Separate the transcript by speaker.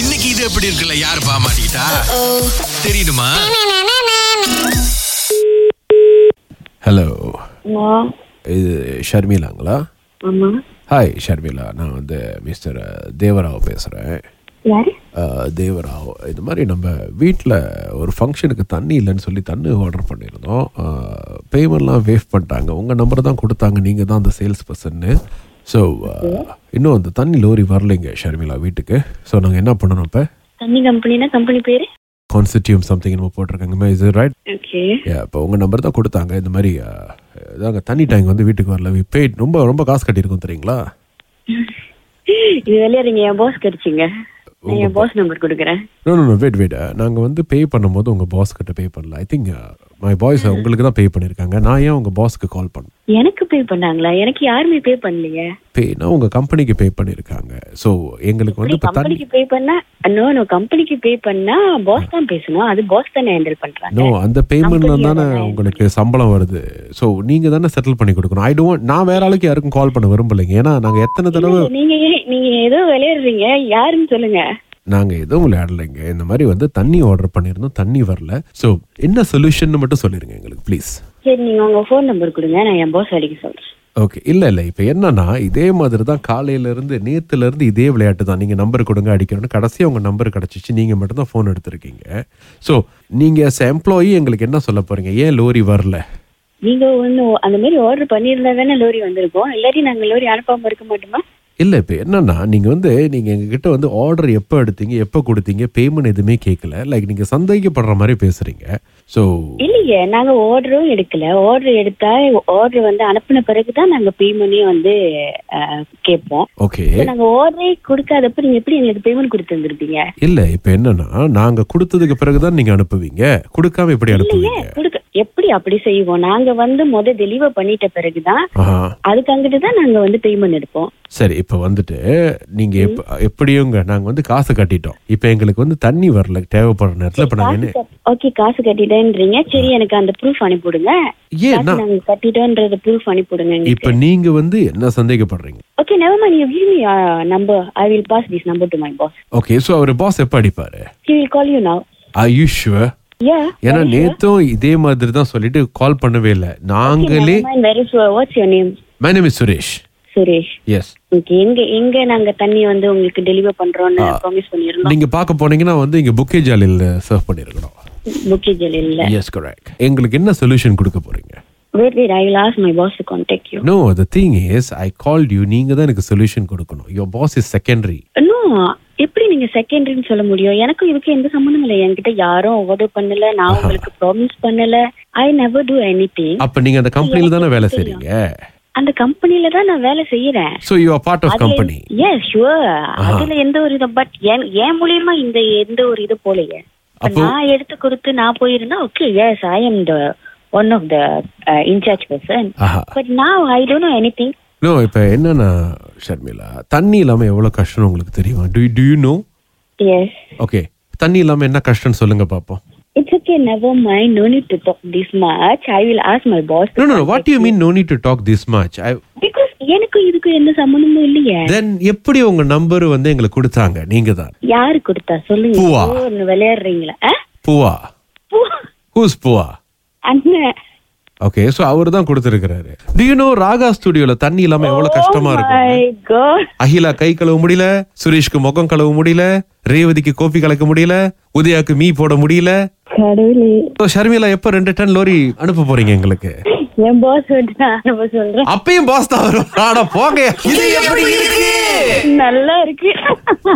Speaker 1: இன்னைக்கு இது எப்படி இருக்குல்ல யாரு பாமாட்டா தெரியுமா ஹலோ
Speaker 2: ஹலோ
Speaker 1: இது ஷர்மிலாங்களா
Speaker 2: ஆமா
Speaker 1: ஹாய் ஷர்மிலா நான் வந்து மிஸ்டர் தேவராவ் பேசுகிறேன்
Speaker 2: யாரு
Speaker 1: தேவராவ் இது மாதிரி நம்ம வீட்டில் ஒரு ஃபங்க்ஷனுக்கு தண்ணி இல்லைன்னு சொல்லி தண்ணி ஆர்டர் பண்ணியிருந்தோம் பேமெண்ட்லாம் வேவ் பண்ணிட்டாங்க உங்கள் நம்பர் தான் கொடுத்தாங்க நீங்கள் தான் அந்த சேல்ஸ் பர்சன்னு ஸோ இன்னும் அந்த தண்ணி லோரி வரலைங்க ஷர்மிளா வீட்டுக்கு ஸோ நாங்கள் என்ன பண்ணணும் இப்போ
Speaker 2: தண்ணி கம்பெனினா கம்பெனி பேரு
Speaker 1: கான்ஸ்டியூம் சம்திங் நம்ம போட்டிருக்காங்க இது ரைட்
Speaker 2: ஓகே
Speaker 1: இப்போ உங்கள் நம்பர் தான் கொடுத்தாங்க இந்த மாதிரி uh, இதாங்க தண்ணி டேங்க் வந்து வீட்டுக்கு வரல வி paid ரொம்ப ரொம்ப காசு கட்டியிருக்கோம் தெரியுங்களா
Speaker 2: இது விளையாடுங்க என் பாஸ் கிடைச்சிங்க நான் என் பாஸ் நம்பர் கொடுக்குறேன்
Speaker 1: no no no wait wait நாங்கள் Uh, வந்து பே பண்ணும்போது உங்கள் பாஸ் கிட்ட பே பண்ணல ஐ திங்க் மை பாய்ஸ் உங்களுக்கு தான் பே பண்ணியிருக்காங்க நான் ஏன் உங்கள் பாஸ்க்கு கால் பண்ணேன்
Speaker 2: எனக்கு பே பண்ணாங்களா எனக்கு யாருமே பே பண்ணலையே
Speaker 1: பேனா உங்கள் கம்பெனிக்கு பே பண்ணியிருக்காங்க ஸோ எங்களுக்கு வந்து இப்போ தண்ணி
Speaker 2: கம்பெனிக்கு பே பண்ணா நோ நோ கம்பெனிக்கு பே பண்ணா பாஸ் தான் பேசணும் அது பாஸ் தானே ஹேண்டில் பண்றாங்க
Speaker 1: நோ அந்த பேமெண்ட்ல தானே உங்களுக்கு சம்பளம் வருது ஸோ நீங்கள் தானே செட்டில் பண்ணி கொடுக்கணும் ஐ டோன்ட் நான் வேற ஆளுக்கு யாருக்கும் கால் பண்ண விரும்பலைங்க ஏன்னா நாங்கள் எத்தனை தடவை
Speaker 2: நீங்க ஏன்- நீங்க ஏதோ விளையாடுறீங்க யாருன்னு சொல்லுங்க
Speaker 1: நாங்கள் எதுவும் விளையாடலைங்க இந்த மாதிரி வந்து தண்ணி ஆர்டர் பண்ணியிருந்தோம் தண்ணி வரல ஸோ என்ன சொல்யூஷன் மட்டும் சொல்லிடுங்க எங்களுக்கு ப்ளீஸ்
Speaker 2: சரி நீங்க உங்க ஃபோன் நம்பர் கொடுங்க நான் என் பாஸ் அடிக்க சொல்றேன்
Speaker 1: ஓகே இல்லை இல்லை இப்போ என்னன்னா இதே மாதிரி தான் காலையிலேருந்து நேற்றுலேருந்து இதே விளையாட்டு தான் நீங்கள் நம்பர் கொடுங்க அடிக்கணும்னு கடைசியாக உங்கள் நம்பர் கிடச்சிச்சு நீங்கள் மட்டும்தான் ஃபோன் எடுத்திருக்கீங்க ஸோ நீங்கள் as எம்ப்ளாயி எங்களுக்கு என்ன சொல்ல போகிறீங்க ஏன் லோரி வரல
Speaker 2: நீங்க ஒண்ணு அந்த மாதிரி ஆர்டர் பண்ணியிருந்தா தானே லோரி வந்திருக்கோம் இல்லாட்டி நாங்க லோரி அனுப்பாம இருக்க மாட்டோமா
Speaker 1: இல்லை இப்போ என்னன்னா நீங்கள் வந்து நீங்கள் எங்ககிட்ட வந்து ஆர்டர் எப்போ எடுத்தீங்க எப்போ கொடுத்தீங்க பேமெண்ட் எதுவுமே கேட்கல லைக் நீங்கள் சந்தேகப்படுற மாதிரி பேசுகிறீங்க ஸோ
Speaker 2: இல்லையே நாங்க ஆர்டரும் எடுக்கல ஆர்டர் எடுத்தா ஆர்டர் வந்து அனுப்பின பிறகுதான் நாங்க பேமெண்டே வந்து அஹ், கேட்போம்
Speaker 1: ஓகே
Speaker 2: இப்ப நாங்க ஆர்டரே கொடுக்காதப்ப நீங்க எப்படி எங்களுக்கு பேமெண்ட் கொடுத்துருந்துருப்பீங்க
Speaker 1: இல்லை இப்போ என்னன்னா நாங்கள் கொடுத்ததுக்கு பிறகு தான் நீங்கள் அனுப்புவீங்க கொடுக்காம எப்படி அனுப்புவீங்க
Speaker 2: கொடுக்க எப்படி அப்படி செய்வோம் நாங்க வந்து முத டெலிவர் பண்ணிட்ட பிறகுதான்
Speaker 1: ஆஹா
Speaker 2: அதுக்கு அங்கிட்டு தான் நாங்க வந்து பேமெண்ட் எடுப்போம்
Speaker 1: சரி இப்போ வந்துட்டு நீங்கள் எப்ப எப்படியுங்க நாங்கள் வந்து காசு கட்டிட்டோம் இப்போ எங்களுக்கு வந்து தண்ணி வரல தேவைப்படுற நேரத்தில் இப்போ நாங்கள் என்ன
Speaker 2: ஓகே காசு கட்டிட்டேன்றீங்க சரி எனக்கு அந்த ப்ரூஃப் அனுப்பிவிடுங்க
Speaker 1: ஏன்
Speaker 2: காசு
Speaker 1: நான்
Speaker 2: நாங்க கட்டிட்டோன்றத ப்ரூஃப் அனுப்பிவிடுங்க எங்களுக்கு.
Speaker 1: இப்போ நீங்கள் வந்து என்ன சந்தேகப்படுறீங்க
Speaker 2: okay never mind you give me number I will pass this number to my boss
Speaker 1: okay so அவர் பாஸ் எப்போ அடிப்பார்
Speaker 2: he will call you now
Speaker 1: ஆயுஷ்வர்
Speaker 2: யா
Speaker 1: ஏன்னா நேத்தும் இதே மாதிரி தான் சொல்லிட்டு கால் பண்ணவே இல்லை நாங்களே
Speaker 2: very what's your name
Speaker 1: my name is Suresh
Speaker 2: Suresh
Speaker 1: yes
Speaker 2: okay எங்க எங்க நாங்க தண்ணி வந்து உங்களுக்கு டெலிவர் பண்றோம்னு ப்ராமிஸ் பண்ணிருந்தோம்
Speaker 1: நீங்கள் பார்க்க போனீங்கன்னா வந்து இங்கே புக்கே ஜாலியில் சர்வ் பண்ணியிருக்கணும்
Speaker 2: புக்கி ஜெல் இல்ல
Speaker 1: எஸ் கரெக்ட் எங்களுக்கு என்ன சொல்யூஷன் கொடுக்க போறீங்க
Speaker 2: wait wait I will ask my boss to contact you
Speaker 1: no the thing is I called you நீங்கள் தான் எனக்கு சொல்யூஷன் கொடுக்கணும் your boss is secondary
Speaker 2: no எப்படி நீங்க செகண்டரின்னு சொல்ல முடியும் எனக்கும் இதுக்கு எந்த சம்மந்தம் இல்லை என்கிட்ட யாரும் ஓவர் பண்ணல நான் உங்களுக்கு ப்ராமிஸ் பண்ணல ஐ நெவர் do anything
Speaker 1: அப்ப நீங்க அந்த கம்பெனில தானே வேலை செய்றீங்க
Speaker 2: அந்த கம்பெனில தான் நான் வேலை செய்யறேன்
Speaker 1: so you are part of company
Speaker 2: yes sure அதுல எந்த ஒரு இது பட் என் மூலியமா இந்த எந்த ஒரு இது போலையே இப்ப நான் எடுத்து கொடுத்து நான் போயிருந்தா okay yes I am the one of the in charge person
Speaker 1: ஆஹா
Speaker 2: பட் நான் I don't know anything
Speaker 1: no இப்போ என்னன்னா ஷர்மிளா தண்ணி இல்லாம எவ்வளவு கஷ்டம்னு உங்களுக்கு தெரியுமா do do you know
Speaker 2: yes
Speaker 1: okay தண்ணி இல்லாம என்ன கஷ்டம்னு சொல்லுங்க பாப்போம்
Speaker 2: it's okay never mind no need to talk this much I will ask my boss
Speaker 1: no no what you mean no need to talk this much
Speaker 2: because எனக்கு இதுக்கு எந்த சம்மந்தமும் இல்லையே
Speaker 1: தென் எப்படி உங்க நம்பர் வந்து எங்களுக்கு கொடுத்தாங்க நீங்க தான்
Speaker 2: யாரு கொடுத்தா சொல்லுங்க
Speaker 1: பூவா?
Speaker 2: ஓ, ஒண்ணு விளையாடுறீங்களா ஆ?
Speaker 1: பூவா
Speaker 2: பூ
Speaker 1: ஹூஸ் பூவா
Speaker 2: அண்ணன்
Speaker 1: ஓகே ஸோ அவர் தான் கொடுத்துருக்கிறாரு டு யூ நோ ராகா ஸ்டுடியோல தண்ணி இல்லாம எவ்வளவு கஷ்டமா இருக்கும்
Speaker 2: my god
Speaker 1: அகிலா கை கழுவ முடியல சுரேஷ்க்கு முகம் கழுவ முடியல ரேவதிக்கு கோபி கலக்க முடியல உதயாக்கு மீ போட முடியல
Speaker 2: கடவுளே
Speaker 1: So, ஷர்மிளா எப்ப ரெண்டு டன் லோரி அனுப்ப போறீங்க எங்களுக்கு
Speaker 2: என் பாஸ் வந்து நான் அனுப்ப சொல்றேன்
Speaker 1: அப்பயும் பாஸ் தான் வரும் ஆனா போங்க இது எப்படி இருக்கு
Speaker 2: நல்லா இருக்கு